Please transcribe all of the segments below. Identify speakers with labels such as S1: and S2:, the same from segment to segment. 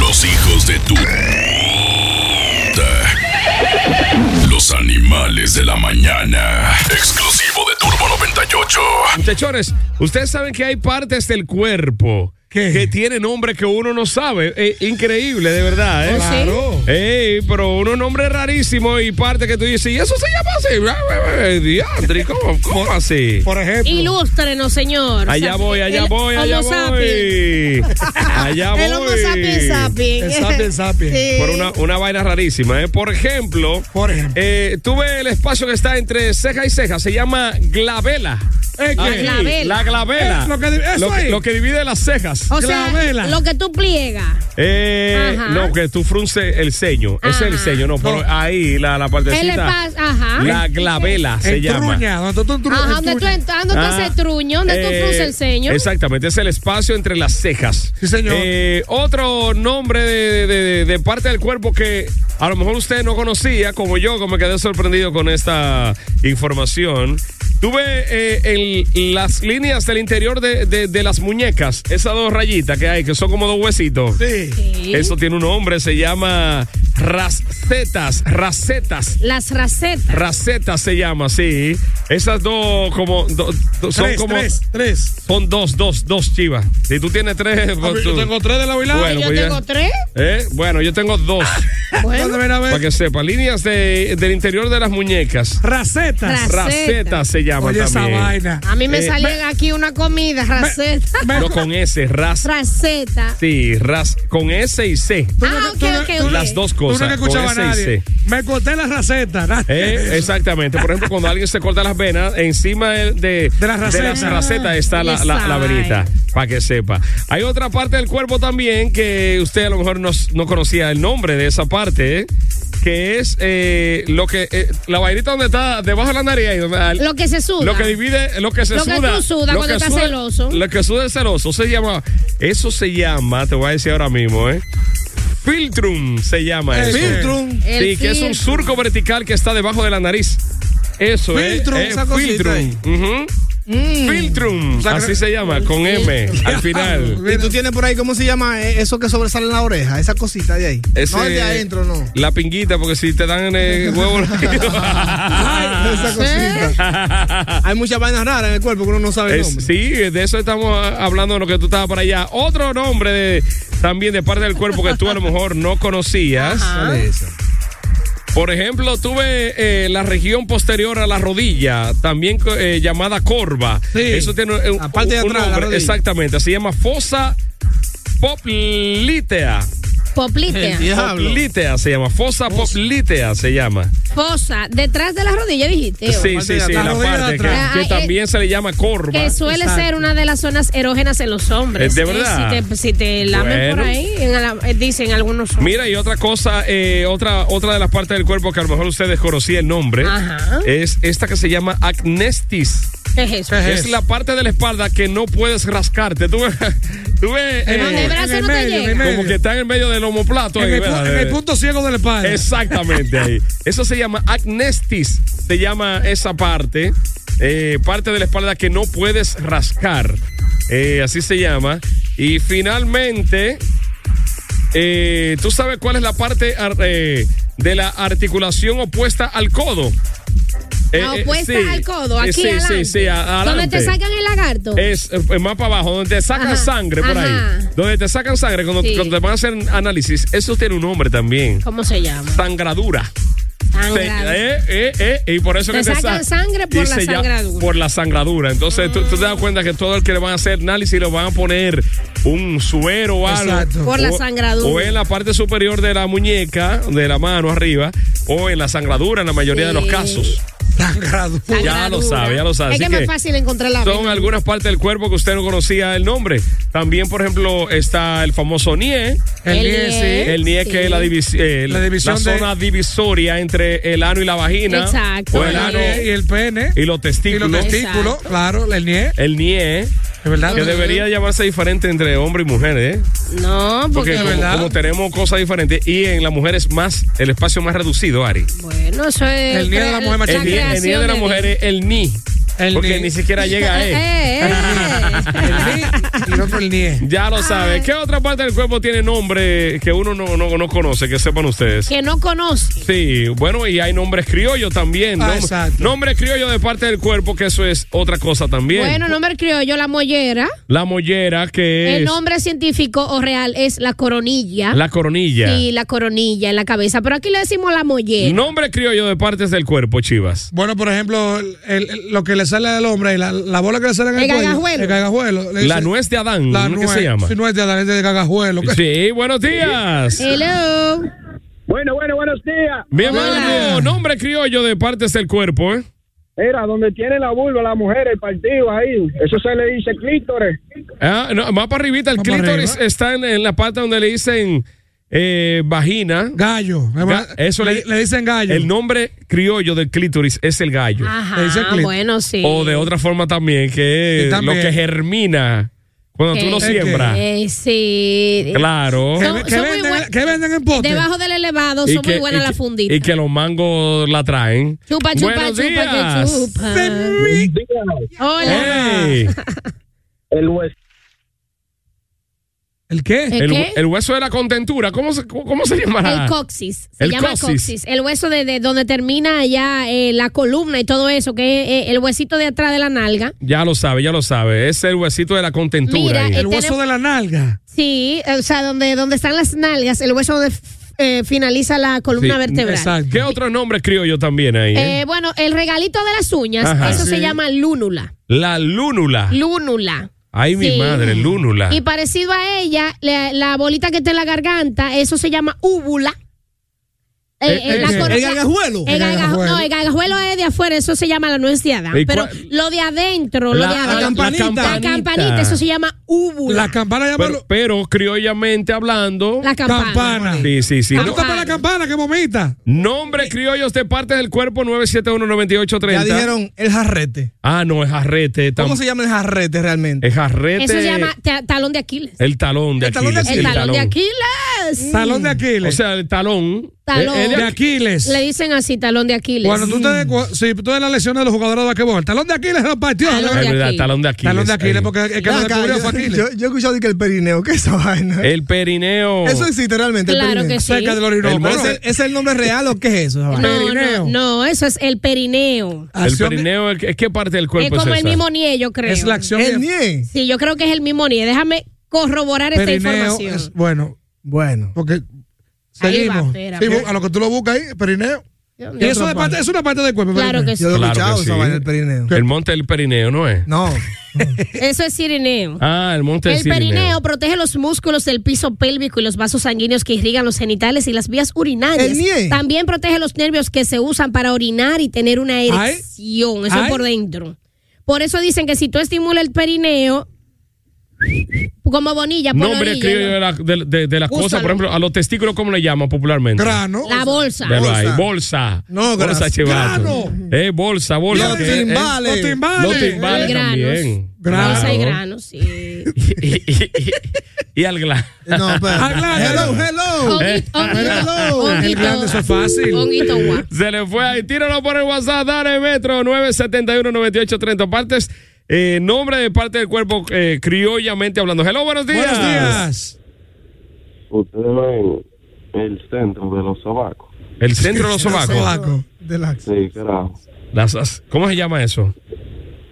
S1: Los hijos de tu. puta. Los animales de la mañana. Exclusivo de Turbo 98.
S2: Muchachones, ustedes saben que hay partes del cuerpo que tienen nombre que uno no sabe. Eh, increíble, de verdad, ¿eh?
S3: Oh, sí. Claro.
S2: Ey, pero uno nombre rarísimo y parte que tú dices, ¿y eso se llama así? Bla, bla, bla, Diandre, ¿cómo, cómo así?
S4: Por ejemplo.
S3: Ilústrenos, señor.
S2: Allá
S3: Sapi-
S2: voy, allá
S3: el
S2: voy, allá
S3: Homo
S2: voy. Allá voy.
S4: El Homo sapiens sapiens.
S3: El sapiens sapiens.
S4: Sí.
S2: Por una, una vaina rarísima, ¿eh? Por ejemplo,
S4: Por ejemplo.
S2: eh, tuve el espacio que está entre ceja y ceja, se llama glabela.
S4: ¿Eh, qué?
S2: Aquí,
S3: Glabela.
S2: La glabela.
S4: Eh, lo que di- eso
S2: Lo que-
S4: ahí.
S2: lo que divide las cejas.
S3: O sea,
S4: Clavela.
S3: lo que tú pliegas.
S2: Eh,
S3: Ajá.
S2: no, que tú frunce el ceño. Ese Es el
S3: Ajá.
S2: ceño, no, pero ahí la, la
S3: El
S2: partecita.
S3: espacio. Ajá.
S2: La glabela se llama.
S4: Entruña, donde tú entru-
S3: Ajá, donde tú
S4: entruñas.
S3: ent- ah, donde tú haces truño, donde tú
S2: Eh,
S3: frunces el ceño.
S2: Exactamente, es el espacio entre las cejas.
S4: Sí, señor.
S2: Eh, otro nombre de, de- de- de parte del cuerpo que a lo mejor usted no conocía, como yo, que me quedé sorprendido con esta información. Tuve eh, el- las líneas del interior de, de- de las muñecas, esas dos rayitas que hay, que son como dos huesitos.
S4: Sí.
S3: Sí.
S2: Eso tiene un nombre, se llama racetas, racetas.
S3: Las racetas.
S2: Racetas se llama, sí. Esas dos como do- do- son
S4: Tres,
S2: como
S4: tres, tres.
S2: son dos, dos, dos chivas. Si tú tienes tres,
S4: A
S2: pues
S4: ver,
S2: tú-
S4: Ah, Yo tengo tres de la bailada.
S2: Bueno,
S3: yo
S2: pues ya.
S3: tengo tres.
S2: ¿Eh? Bueno, yo tengo dos.
S4: Ah, Entonces, ven a ver.
S2: para que sepa, líneas de- del interior de las muñecas.
S4: Racetas.
S3: Ra- Raceta.
S2: Racetas se llama
S4: Oye, esa
S2: también.
S4: vaina.
S3: A mí me
S2: Eh,
S3: sale aquí una comida, raceta.
S2: No con S, ras.
S3: Raceta.
S2: Sí, ras con S y C.
S4: Tú
S3: Ah,
S4: tú
S3: ok, ok, ok.
S2: Las dos cosas.
S4: Tú no que
S2: con
S4: escuchaba a
S2: S y C.
S4: nadie. Me corté las racetas. na-
S2: Eh, exactamente. Por ejemplo, cuando alguien se corta las venas, encima de, de,
S4: De las racetas.
S2: racetas está la, la, la venita, para que sepa. Hay otra parte del cuerpo también que usted a lo mejor no, no conocía el nombre de esa parte, eh, que es eh, lo que eh, la vainita donde está debajo de la nariz. ahí, donde- al-
S3: Lo que se suda.
S2: Lo que divide, lo que se
S3: Lo que
S2: suda.
S3: tú sudas cuando estás celoso.
S2: Lo que suda el celoso se llama, eso se llama, te voy a decir ahora mismo, ¿eh? Filtrum se llama
S4: El
S2: eso.
S4: filtrum.
S2: Sí,
S3: El
S2: que es un
S3: filtrum.
S2: surco vertical que está debajo de la nariz. Eso es.
S4: Filtrum,
S2: es
S4: esa cosita
S2: filtrum.
S4: ahí.
S2: Ujú. Filtrum.
S4: sea,
S2: así
S4: que-
S2: se llama, con M al final.
S5: Y tú tienes por ahí, ¿cómo se llama eh, eso que sobresale en la oreja? Esa cosita de ahí.
S2: Ese-
S5: no el de adentro, no.
S2: La pinguita, porque si te dan eh, huevo.
S4: Ah,
S5: Ay, esa cosita. Hay muchas vainas raras en el cuerpo que uno no sabe el
S2: Es-
S5: nombre.
S2: sí, de eso estamos ah, hablando de lo que tú estabas para allá. Otro nombre de- también de parte del cuerpo que tú a lo mejor no conocías.
S3: Ah.
S5: ¿Cuál es esa?
S2: Por ejemplo, tuve eh, la región posterior a la rodilla, también co- eh, llamada corva.
S4: Sí.
S2: Eso tiene eh, un,
S5: La parte de
S2: un
S5: atrás, la
S2: nombre,
S5: rodilla.
S2: exactamente. Se llama fosa poplitea.
S3: Poplitea.
S5: Diablo.
S2: Poplitea se llama. Fosa poplitea se llama.
S3: Fosa. Detrás de la rodilla, dijiste. o?
S2: Sí,
S5: parte
S2: sí,
S5: de
S2: sí.
S5: atrás.
S2: La
S5: La rodilla
S2: parte
S5: de
S2: que,
S3: atrás.
S2: que
S3: Ah, eh,
S2: también se le llama corva.
S3: Que suele
S5: Exacto.
S3: ser una de las zonas erógenas en los
S2: Eh,
S3: hombres.
S2: de
S3: Eh,
S2: verdad.
S3: si, te, si te lamen
S2: Bueno.
S3: por ahí, en ala- eh, dicen algunos hombres.
S2: Mira, y otra cosa, eh, otra, otra de las partes del cuerpo que a lo mejor ustedes conocían el nombre,
S3: Ajá.
S2: es esta que se llama acnestis.
S3: ¿Qué es eso?
S2: Es la parte de la espalda que no puedes rascarte. Tú, ves- tú ves, eh,
S3: No, de brazo
S4: en el
S3: no te
S4: medio, en el
S3: llega.
S2: como que está en el medio del homoplato.
S4: En
S2: ahí,
S4: el, pu-
S2: ¿verdad?
S4: en el punto ciego de la espalda.
S2: Exactamente ahí. Eso se llama acnestis. Se llama esa parte. eh, parte de la espalda que no puedes rascar. Eh, así se llama. Y finalmente, eh, ¿tú sabes cuál es la parte ar- eh, de la articulación opuesta al codo?
S3: La Ah, opuesta
S2: sí.
S3: al codo, aquí
S2: Sí, sí,
S3: adelante.
S2: sí, a-
S3: Donde
S2: adelante.
S3: te sacan el lagarto.
S2: Es eh, más para abajo, donde te sacan
S3: Ajá,
S2: sangre por
S3: ajá.
S2: ahí. Donde te sacan sangre, cuando,
S3: Sí.
S2: cuando te van a hacer análisis, eso tiene un nombre también.
S3: ¿Cómo se llama?
S2: Sangradura. Te-
S3: Sangradura.
S2: eh, eh, eh, y por eso
S3: Te
S2: que te
S3: sacan
S2: sa-
S3: sangre por
S2: y
S3: la
S2: se llama-
S3: sangradura.
S2: Por la sangradura. Entonces tú, tú te das cuenta que todo el que le van a hacer análisis le van a poner un suero o algo.
S4: Exacto.
S3: Por la
S2: O-
S3: sangradura.
S2: O en la parte superior de la muñeca, de la mano arriba, o en la sangradura en la mayoría de los
S3: Sí.
S2: casos.
S4: Sangrado.
S2: Ya lo sabe, ya lo sabe.
S3: Es
S2: Así
S3: que es
S2: que
S3: más fácil encontrar la
S2: Son
S3: vena.
S2: algunas partes del cuerpo que usted no conocía el nombre. También, por ejemplo, está el famoso NIE.
S4: El
S3: El
S4: IES,
S3: IES.
S2: El NIE
S3: Sí.
S2: que es la, divis- eh,
S4: La
S2: la
S4: división de-
S2: zona divisoria entre el ano y la vagina.
S3: Exacto.
S2: O el
S4: el
S2: ano
S4: NIE y el pene.
S2: y los
S4: Y
S2: testículos.
S4: los testículos,
S3: Exacto.
S4: claro, el NIE.
S2: el NIE,
S4: Es verdad.
S2: que debería llamarse diferente entre hombre y mujer, ¿eh?
S3: No,
S2: Porque
S3: porque.
S2: como,
S4: verdad.
S2: como tenemos cosas diferentes y en la mujer es más, el espacio más reducido, Ari.
S3: Bueno, eso es.
S4: El nido de la mujer machista.
S2: El
S4: La
S2: NIE, el NIE de la mujer es el NI.
S4: El
S2: porque
S4: NI.
S2: ni siquiera llega a
S3: Eh,
S2: él.
S3: eh, eh.
S4: El NIE y el otro el NIE.
S2: Ya lo sabe. ¿Qué otra parte del cuerpo tiene nombre que uno no, no, no conoce, que sepan ustedes?
S3: que no conoce.
S2: Sí, bueno, y hay nombres criollos también.
S4: Ah,
S2: Nom-
S4: exacto.
S2: Nombres criollos de parte del cuerpo, que eso es otra cosa también.
S3: Bueno, nombre criollo, la mollera.
S2: La mollera, que
S3: El
S2: es
S3: nombre científico o real es la
S4: ¿ah?
S3: coronilla.
S2: la coronilla.
S3: Y la coronilla en la cabeza. Pero aquí le decimos la mollera.
S2: Nombre criollo de partes del cuerpo, Chivas.
S4: Bueno, por ejemplo, el- el- lo que le sale al hombre, la, la bola que le sale en el,
S3: El
S4: cuello,
S3: gagajuelo.
S4: El gagajuelo. le
S2: La
S4: dice-
S2: nuez de Adán,
S4: La
S2: ¿no?
S4: nuez.
S2: ¿qué se llama?
S4: Si no es de Adán, es de gagajuelo. ¿qué?
S2: Sí, buenos días.
S3: Hello.
S6: Bueno, bueno, buenos días.
S2: Bienvenido. Nombre criollo de partes del cuerpo, ¿eh?
S6: Era donde tiene la vulva la mujer, el partido ahí. Eso se le dice clítores.
S2: Ah, no, más para arribita, el
S4: Más para
S2: clítoris
S4: arriba.
S2: está en, en la parte donde le dicen eh, vagina.
S4: Gallo.
S2: Ga- eso le-
S4: le, le dicen gallo.
S2: El nombre criollo del clítoris es el gallo.
S4: Le dice
S3: Ajá,
S4: clit.
S3: bueno, Ah, sí.
S2: O de otra forma también, que es
S4: Sí, también.
S2: lo que germina cuando tú
S3: Ok.
S2: lo
S3: Ok.
S2: siembras.
S3: Eh, sí.
S2: Claro.
S4: que,
S3: Son-
S4: que
S3: son muy
S4: venden,
S3: buen-
S4: que venden en pote.
S3: Debajo del elevado son muy buenas
S2: y
S3: las
S2: que-
S3: funditas.
S2: y que los mangos la traen.
S3: Chupa, chupa,
S2: Buenos
S3: chupa,
S2: días.
S3: chupa,
S4: Ah.
S3: chupa. Hola.
S2: Ey,
S6: El hueso.
S4: ¿El qué?
S3: ¿El
S2: el,
S3: qué?
S2: el hueso de la contentura, ¿cómo se, cómo, cómo se llamará?
S3: El coxis, se
S2: El
S3: llama
S2: coxis.
S3: coxis. el hueso de, de donde termina ya eh, la columna y todo eso, que es eh, el huesito de atrás de la nalga.
S2: ya lo sabe, ya lo sabe. Es el huesito de la contentura.
S3: Mira,
S2: ahí.
S4: El hueso
S3: tenemos-
S4: de la nalga.
S3: Sí, o sea, donde, donde están las nalgas, el hueso donde eh, finaliza la columna
S2: Sí,
S3: vertebral.
S4: Exacto.
S2: ¿Qué otro nombre criollo también ahí? eh?
S3: Eh, bueno, el regalito de las uñas,
S2: Ajá.
S3: eso se
S4: Sí.
S3: llama lúnula.
S2: La lúnula.
S3: Lúnula.
S2: Ay, mi
S3: Sí.
S2: madre, lúnula.
S3: Y parecido a ella, la, la bolita que está en la garganta, eso se llama úvula. Eh,
S2: Eh,
S3: eh, la
S2: eh,
S3: coro-
S5: ¿El gargajuelo?
S3: El
S4: El
S3: gargajo-
S4: gargajuelo.
S3: no, el gargajuelo es de afuera, eso se llama la nuez de Adán.
S2: ¿Y
S3: Pero
S2: cuál?
S3: lo de adentro, lo de adentro.
S4: campanita.
S3: La campanita, eso se llama úvula.
S4: La campana llama
S2: Pero, pero criollamente hablando.
S3: La, campana.
S4: campana.
S2: Sí, sí, sí.
S4: ¿Tú
S2: No-
S4: tapas la campana que vomita?
S2: nombre criollos de partes del cuerpo
S5: Ya
S2: 9719830.
S5: dijeron el jarrete.
S2: Ah, no, es jarrete. tam-
S5: ¿Cómo se llama el jarrete realmente?
S2: Es jarrete.
S3: Eso se llama ta- talón de Aquiles.
S2: El talón de
S5: El talón de
S2: Aquiles.
S3: El
S5: sí,
S3: talón de
S2: talón.
S3: Aquiles.
S4: Eh, Talón de
S2: O
S4: Aquiles.
S2: sea, el talón.
S3: Talón.
S2: Eh, eh,
S4: de Aquiles.
S3: Le dicen así, talón de Aquiles.
S4: Cuando tú te cu- si tú eres la lesión de los jugadores de basquetbol, el talón de Aquiles se lo partió.
S3: Talón
S2: Es
S3: de
S2: verdad,
S3: Aquiles.
S2: talón de Aquiles.
S4: Talón de Aquiles,
S2: ahí.
S4: porque el que lo
S5: Ven acá,
S4: descubrió
S5: yo-
S4: fue Aquiles.
S5: yo, yo he escuchado de que el perineo, ¿qué es esa vaina?
S2: El perineo.
S5: Eso existe realmente, el
S3: Claro
S5: perineo.
S3: que sí.
S4: cerca del Orinoco.
S2: El
S4: ¿no?
S5: Pero ¿Es, el, es el nombre real o qué es eso? esa vaina?
S3: no, no,
S4: perineo.
S3: no, eso es el perineo.
S2: El
S4: Acción de-
S2: perineo,
S5: ¿eh?
S2: ¿qué- ¿qué parte del
S3: Es
S2: cuerpo es,
S3: como el
S2: esa?
S3: mismo nie, yo creo.
S4: Es la acción.
S5: El
S4: de-
S5: NIE.
S3: Sí, yo creo que es el mismo nie. Déjame corroborar esta
S4: Perineo.
S3: información.
S4: es- bueno,
S5: Bueno.
S4: porque
S3: Ahí va,
S4: seguimos.
S3: espérame.
S4: Sí, bu- a lo que tú lo buscas ahí, perineo.
S3: Dios mío.
S4: Y eso de parte- es una parte del cuerpo.
S3: Claro
S4: perineo.
S3: que sí.
S5: Yo lo he
S2: Claro
S5: escuchado
S2: que
S5: esa
S2: sí.
S5: vaina, el perineo.
S2: El monte del perineo, ¿no es?
S5: No.
S3: Eso es sirineo.
S2: Ah, el monte del
S3: El perineo protege los músculos del piso pélvico y los vasos sanguíneos que irrigan los genitales y las vías urinarias.
S5: El nie.
S3: También protege los nervios que se usan para orinar y tener una erección. Eso
S4: Ay.
S3: por dentro. Por eso dicen que si tú estimulas el perineo, como bonilla, por la
S2: Nombre
S3: orilla,
S2: criollo de, la- de- de- de las
S3: Úsalo.
S2: cosas, por ejemplo, a los testículos, ¿cómo le llaman popularmente?
S4: Grano.
S3: ¿no? la bolsa.
S2: Velo
S5: Bolsa.
S2: ahí, bolsa.
S5: No,
S2: bolsa,
S5: grasa.
S2: chivato.
S4: Grano.
S2: Eh, bolsa, bolsa.
S5: Los
S2: que es-
S5: timbales.
S4: Los
S2: es-
S4: timbales.
S2: Los timbales
S3: Y granos.
S2: también.
S3: Bolsa y
S2: Claro.
S3: granos, sí.
S2: y, y- y- y al gla-
S4: Eh,
S5: No,
S4: Habla,
S5: pero. hello, hello.
S3: Honguito- honguito-
S4: El grande, eso es fácil.
S3: honguito guapo.
S2: Se le fue ahí. Tíralo por el WhatsApp. Dale metro 971-9830. Partes. eh, nombre de parte del cuerpo eh, criollamente hablando. Hello, buenos días.
S4: Buenos días.
S7: Ustedes ven el centro de los sobacos.
S2: El centro de los sobacos.
S4: Sobaco. del axi.
S6: Sí, carajo.
S2: Las as- ¿Cómo se llama eso?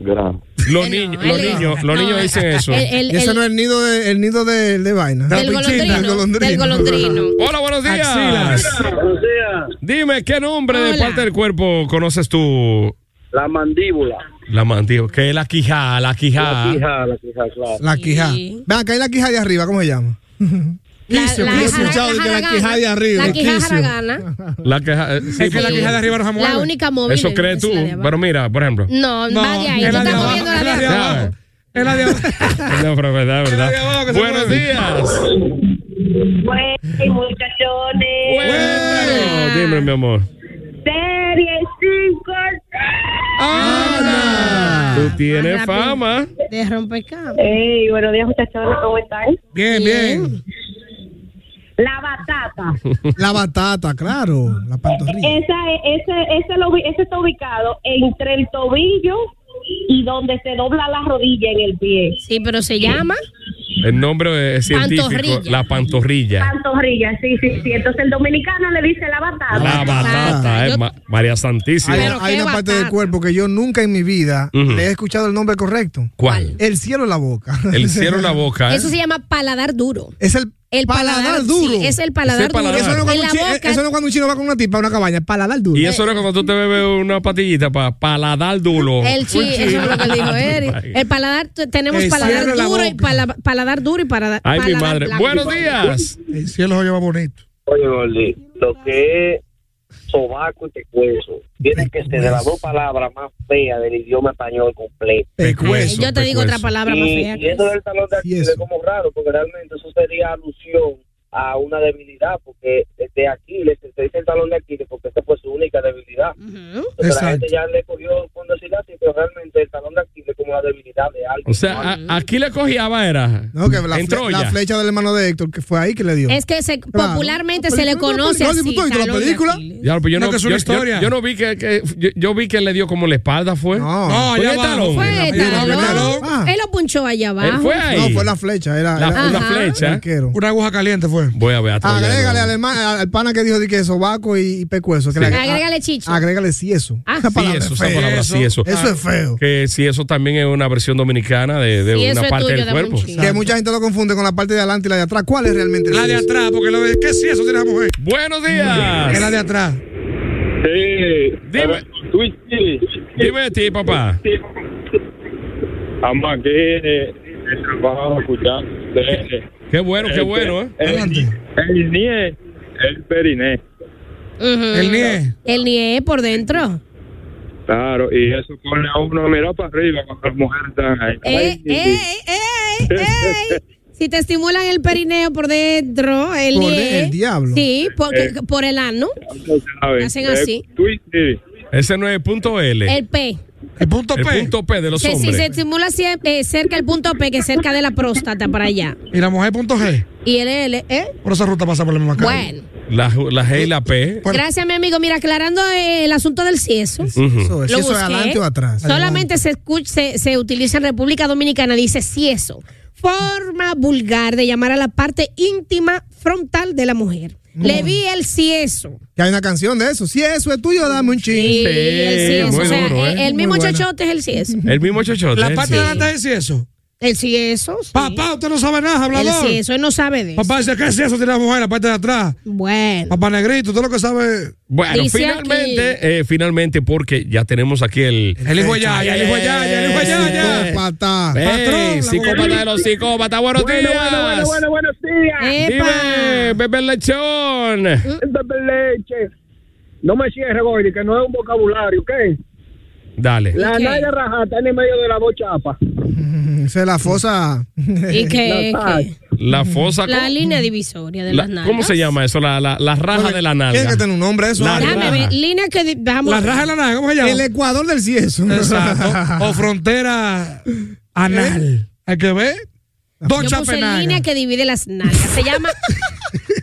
S6: Grano.
S2: Los niños, los
S3: él-
S2: niños, los
S3: no, eh,
S2: niños dicen eso.
S3: el- el-
S4: Y ese
S3: el-
S4: no es el nido de, el nido de, de vaina.
S3: del golondrino, Del golondrino.
S2: Hola, buenos días.
S4: Axilas.
S6: Buenos días.
S2: Dime, ¿qué nombre de
S3: Hola.
S2: parte del cuerpo conoces tú?
S6: La mandíbula.
S2: La mandíbula, que es la quijada, la
S6: La
S2: quijada.
S6: quija, la quija, claro.
S4: La quijá.
S3: Sí.
S4: Vean, acá hay la quijá de arriba, ¿cómo se llama?
S3: La,
S4: Quicio,
S3: la
S4: que yo he
S3: jara-
S4: escuchado de que la
S3: jaragana.
S4: quijada de arriba.
S3: La quijada
S4: Quicio.
S3: jaragana.
S2: La quijada, eh, sí,
S4: Es que la
S2: pero-
S4: quijá de arriba nos mueve.
S3: La única móvil.
S2: Eso
S3: es-
S2: crees
S3: es
S2: tú.
S3: la de abajo.
S2: Pero mira, por ejemplo.
S3: No,
S4: No,
S3: va de ahí.
S4: es
S3: Tú
S4: la de
S3: estás
S4: abajo,
S3: moviendo la
S4: es
S3: de
S4: la de
S3: abajo.
S4: abajo. Es la de abajo.
S2: No, pero verdad,
S4: de abajo
S2: verdad.
S4: que se
S2: Buenos
S4: mueve.
S2: días.
S7: Bueno, muchachones.
S2: Bueno, dime, mi amor.
S7: Serie 5.
S2: Tú tienes
S3: Ah, rápido.
S2: fama.
S3: De rompecabezas.
S7: Hey, buenos días, muchachones. ¿Cómo están?
S4: Bien, bien.
S7: La batata.
S4: La batata, claro. La
S3: Eh,
S4: pantorrilla.
S7: Esa, es- ese, ese, lo vi- ese está ubicado entre el tobillo y donde se dobla la rodilla en el pie.
S3: Sí, pero se llama.
S2: El nombre es científico,
S3: Pantorrilla.
S2: la pantorrilla.
S7: Pantorrilla, sí, sí, sí. Entonces el dominicano le dice la batata.
S2: La batata, eh,
S3: Yo-
S2: Ma- María Santísima.
S4: Hay,
S3: eh, Pero
S4: hay
S3: qué
S4: una parte
S3: batata.
S4: del cuerpo que yo nunca en mi vida
S2: Ujú.
S4: le he escuchado el nombre correcto.
S2: ¿Cuál?
S4: El cielo en la boca.
S2: El cielo en la boca. ¿eh?
S3: Eso se llama paladar duro.
S4: Es el,
S3: El paladar,
S4: duro.
S3: sí, es el paladar,
S2: Es el paladar.
S4: Eso no, es
S3: duro. En
S4: cuando
S3: la
S4: un chi-
S3: boca,
S4: eso no es cuando un chino va con una tipa a una cabaña, paladar duro.
S2: Y eso no es cuando tú te bebes una patillita para paladar duro.
S3: el chi, eso es lo que él dijo Eric. El paladar, t- tenemos
S4: El
S3: paladar
S4: cierre la
S3: duro, y
S4: boca.
S3: pala- paladar duro y para-
S2: Ay,
S3: paladar
S2: mi madre.
S3: blanco.
S2: Buenos días.
S4: El cielo lo lleva bonito.
S6: Oye, Gordy, lo que es sobaco y pecueso, tiene que ser de las dos palabras más feas del idioma español completo.
S3: Ay,
S2: Pecueso.
S3: Eh, yo te digo otra
S2: pecueso.
S3: palabra más
S6: Y,
S3: fea.
S6: y eso del talón de
S4: Y
S6: Aquiles es
S4: eso.
S6: como raro, porque realmente eso sería alusión a una debilidad, porque de Aquiles, se dice el talón de Aquiles, porque esa fue su única debilidad.
S3: Ujú.
S6: Entonces,
S4: Exacto.
S6: la gente ya le cogió con decirlo así, pero realmente el talón de Aquiles es como la debilidad de alguien.
S2: O sea, a- aquí le cogíaba era.
S4: No, que la,
S2: en
S4: fle-
S2: Troya.
S4: la flecha del hermano de Héctor, que fue ahí que le dio.
S3: Es que se,
S4: Claro.
S3: popularmente
S4: La
S3: se le
S4: película,
S3: conoce
S4: la
S3: así.
S4: película, la
S3: talón de
S4: película.
S3: Aquiles.
S2: Ya, pero yo no,
S4: No, que es
S2: yo-
S4: una
S2: yo-
S4: historia.
S2: Yo, no vi que, que- yo, yo vi que le dio como la espalda fue.
S4: No.
S2: Fue
S4: allá
S2: el
S4: abajo.
S2: talón.
S3: Fue
S4: Yo no
S3: talón.
S4: hablé talón. Ah.
S3: Él lo punchó allá
S2: Él
S3: abajo.
S2: fue ahí.
S4: no, fue la flecha, era,
S2: La-
S4: era-
S2: una
S3: Ajá.
S2: flecha.
S4: arquero.
S5: Una aguja caliente fue.
S2: Voy a ver a Troya.
S4: Agrégale
S2: ¿no?
S4: al, herma- al pana que dijo de que sobaco y, y pecueso. Que
S2: Sí.
S4: la-
S3: Agrégale chicho.
S4: a- agrégale sí eso.
S3: Ah.
S4: Esa
S3: Sí,
S4: palabra
S2: eso,
S4: es
S2: esa
S4: fea.
S2: palabra, sí, eso.
S4: Eso es feo.
S2: Que si eso también es una versión dominicana de, de
S3: Sí, eso
S2: una
S3: es
S2: parte
S3: tuyo,
S2: del
S3: de
S2: cuerpo.
S3: Monchi.
S4: Que mucha gente lo confunde con la parte de adelante y la de atrás. ¿Cuál es realmente? el
S5: La de
S4: sí?
S5: atrás, porque lo de. ¿Qué si eso tiene la mujer?
S2: Buenos
S5: Es la
S2: días.
S5: de atrás.
S6: Sí.
S2: Dime.
S6: Twitch.
S2: Dime de ti, papá.
S6: Amá, que trabajo escuchando.
S2: Qué bueno, qué bueno, ¿eh?
S4: Adelante.
S6: El nie, el periné.
S3: Ujú.
S5: El nie.
S3: El nie por dentro.
S6: Claro, y eso pone a uno a mirar para arriba cuando las mujeres están ahí.
S3: Eh, eh, eh, eh. Si te estimulan el perineo por dentro, el
S4: Por
S3: nie.
S4: el diablo.
S3: Sí, porque,
S2: Eh.
S3: por el ano, Hacen
S6: Eh,
S3: así.
S2: Ese no es el punto L. El,
S3: el P.
S5: El punto P.
S2: punto P de los
S3: Que si
S2: hombres.
S3: se estimula cie- eh, cerca el punto P, que es cerca de la próstata para allá.
S5: Y la mujer punto G.
S3: Y el L, ¿eh?
S5: Por esa ruta pasa por la misma calle.
S3: Bueno,
S2: La, ju- la G y la P.
S3: gracias, mi amigo. Mira, aclarando eh, el asunto del cieso.
S2: Ujú.
S4: Eso es,
S3: Lo
S4: Pues si eso es
S3: busqué.
S4: adelante o atrás.
S3: Solamente se, escucha, se, se utiliza en República Dominicana, dice eso Forma vulgar de llamar a la parte íntima frontal de la mujer. Le vi el cieso.
S4: Que hay una canción de eso. Si eso es tuyo, dame un ching.
S3: Y el cieso.
S2: muy Eh.
S3: O sea,
S2: duro, ¿eh?
S3: el, el
S4: Muy
S3: mismo
S4: buena.
S3: chochote es el cieso.
S2: El mismo chochote.
S5: La
S2: el
S5: parte de
S2: sí.
S5: adelante es si eso.
S3: El cieso. sí.
S5: Papá, usted no sabe nada,
S3: El
S5: hablador.
S3: cieso, él no sabe de eso.
S5: Papá dice, ¿qué si eso tiene la mujer? La parte de atrás.
S3: Bueno.
S5: Papá negrito, usted lo que sabe.
S2: Bueno,
S3: Dice
S2: finalmente, eh, finalmente, porque ya tenemos aquí el. Eh,
S5: El hijo de Yaya, el hijo de Yaya, el hijo de Yaya.
S4: Psicópata.
S2: Ey,
S5: patrón, la
S2: psicópata
S5: mujer.
S2: de los psicópatas. Buenos
S6: Bueno,
S2: días.
S6: bueno, bueno, bueno, buenos días.
S2: Dime,
S3: ¡Epa!
S2: Pepe Lechón.
S6: Bebe leche. No me cierres, Gordy, que no es un vocabulario, ¿ok?
S2: Dale.
S6: La
S3: Ok.
S6: nalga rajada está en el medio de la dos chapas.
S4: Mm, Esa es la fosa.
S3: ¿Y qué?
S6: La
S3: qué?
S2: La fosa.
S3: La
S2: ¿cómo-
S3: línea divisoria de
S2: la-
S3: las nalgas.
S2: ¿Cómo se llama eso? La, la, la raja de la nalga.
S4: Tiene que tener un nombre eso.
S2: La
S4: algo.
S3: Déjame ver, línea que di- dejamos.
S5: La raja de la nada, ¿cómo se llama?
S4: El Ecuador del Cieso.
S5: Exacto. O frontera
S4: ¿Eh?
S5: anal. Hay que ver. Dos
S3: Yo
S5: chapas
S3: puse
S5: nalgas.
S3: línea que divide las nalgas. Se llama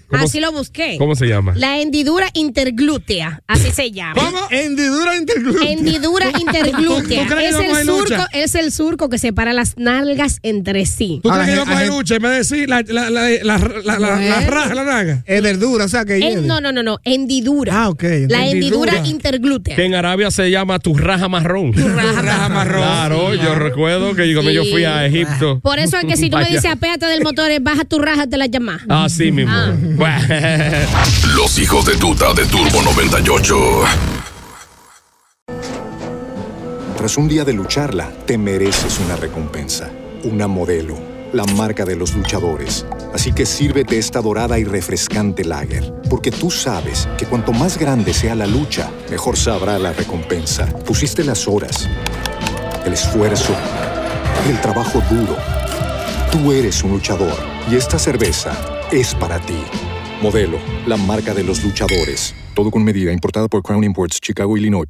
S2: ¿Cómo
S3: Así
S2: se-
S3: lo busqué.
S2: ¿Cómo se llama?
S3: La hendidura interglútea. Así se llama.
S5: Hendidura interglútea.
S3: Hendidura interglútea.
S4: ¿Tú crees que yo
S3: Es
S4: voy a
S3: el,
S4: coger
S3: surco,
S4: lucha?
S3: es el surco que separa las nalgas entre sí.
S4: ¿Tú crees que yo voy a coger lucha y me decís la, la, la, la, la, la, la
S3: Bueno.
S4: raja, la naga?
S5: Es verdura, o sea que.
S3: En- no, no, no, no. Hendidura.
S5: Ah, ok.
S3: La
S2: Hendidura.
S3: hendidura interglútea.
S2: Que en Arabia se llama tu raja marrón.
S4: Raja marrón.
S2: Claro, yo recuerdo que yo, yo fui a Egipto.
S3: Por eso es que si tú me
S2: Vaya.
S3: dices apéate del motor, es baja tu raja, te la llamas.
S2: Así mismo.
S3: Ah.
S2: Bueno.
S1: Los hijos de tuta de Turbo 98.
S8: Tras un día de lucharla, te mereces una recompensa, una modelo, la marca de los luchadores. Así que sírvete esta dorada y refrescante lager, porque tú sabes que cuanto más grande sea la lucha, mejor sabrá la recompensa. Pusiste las horas, el esfuerzo, el trabajo duro. Tú eres un luchador y esta cerveza es para ti. Modelo, la marca de los luchadores. Todo con medida, importada por Crown Imports, Chicago, Illinois.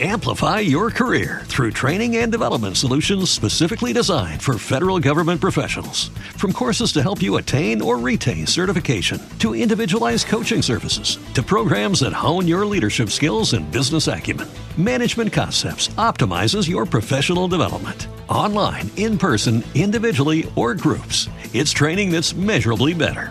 S9: Amplify your career through training and development solutions specifically designed for federal government professionals. From courses to help you attain or retain certification, to individualized coaching services, to programs that hone your leadership skills and business acumen, Management Concepts optimizes your professional development. Online, in person, individually, or groups, it's training that's measurably better.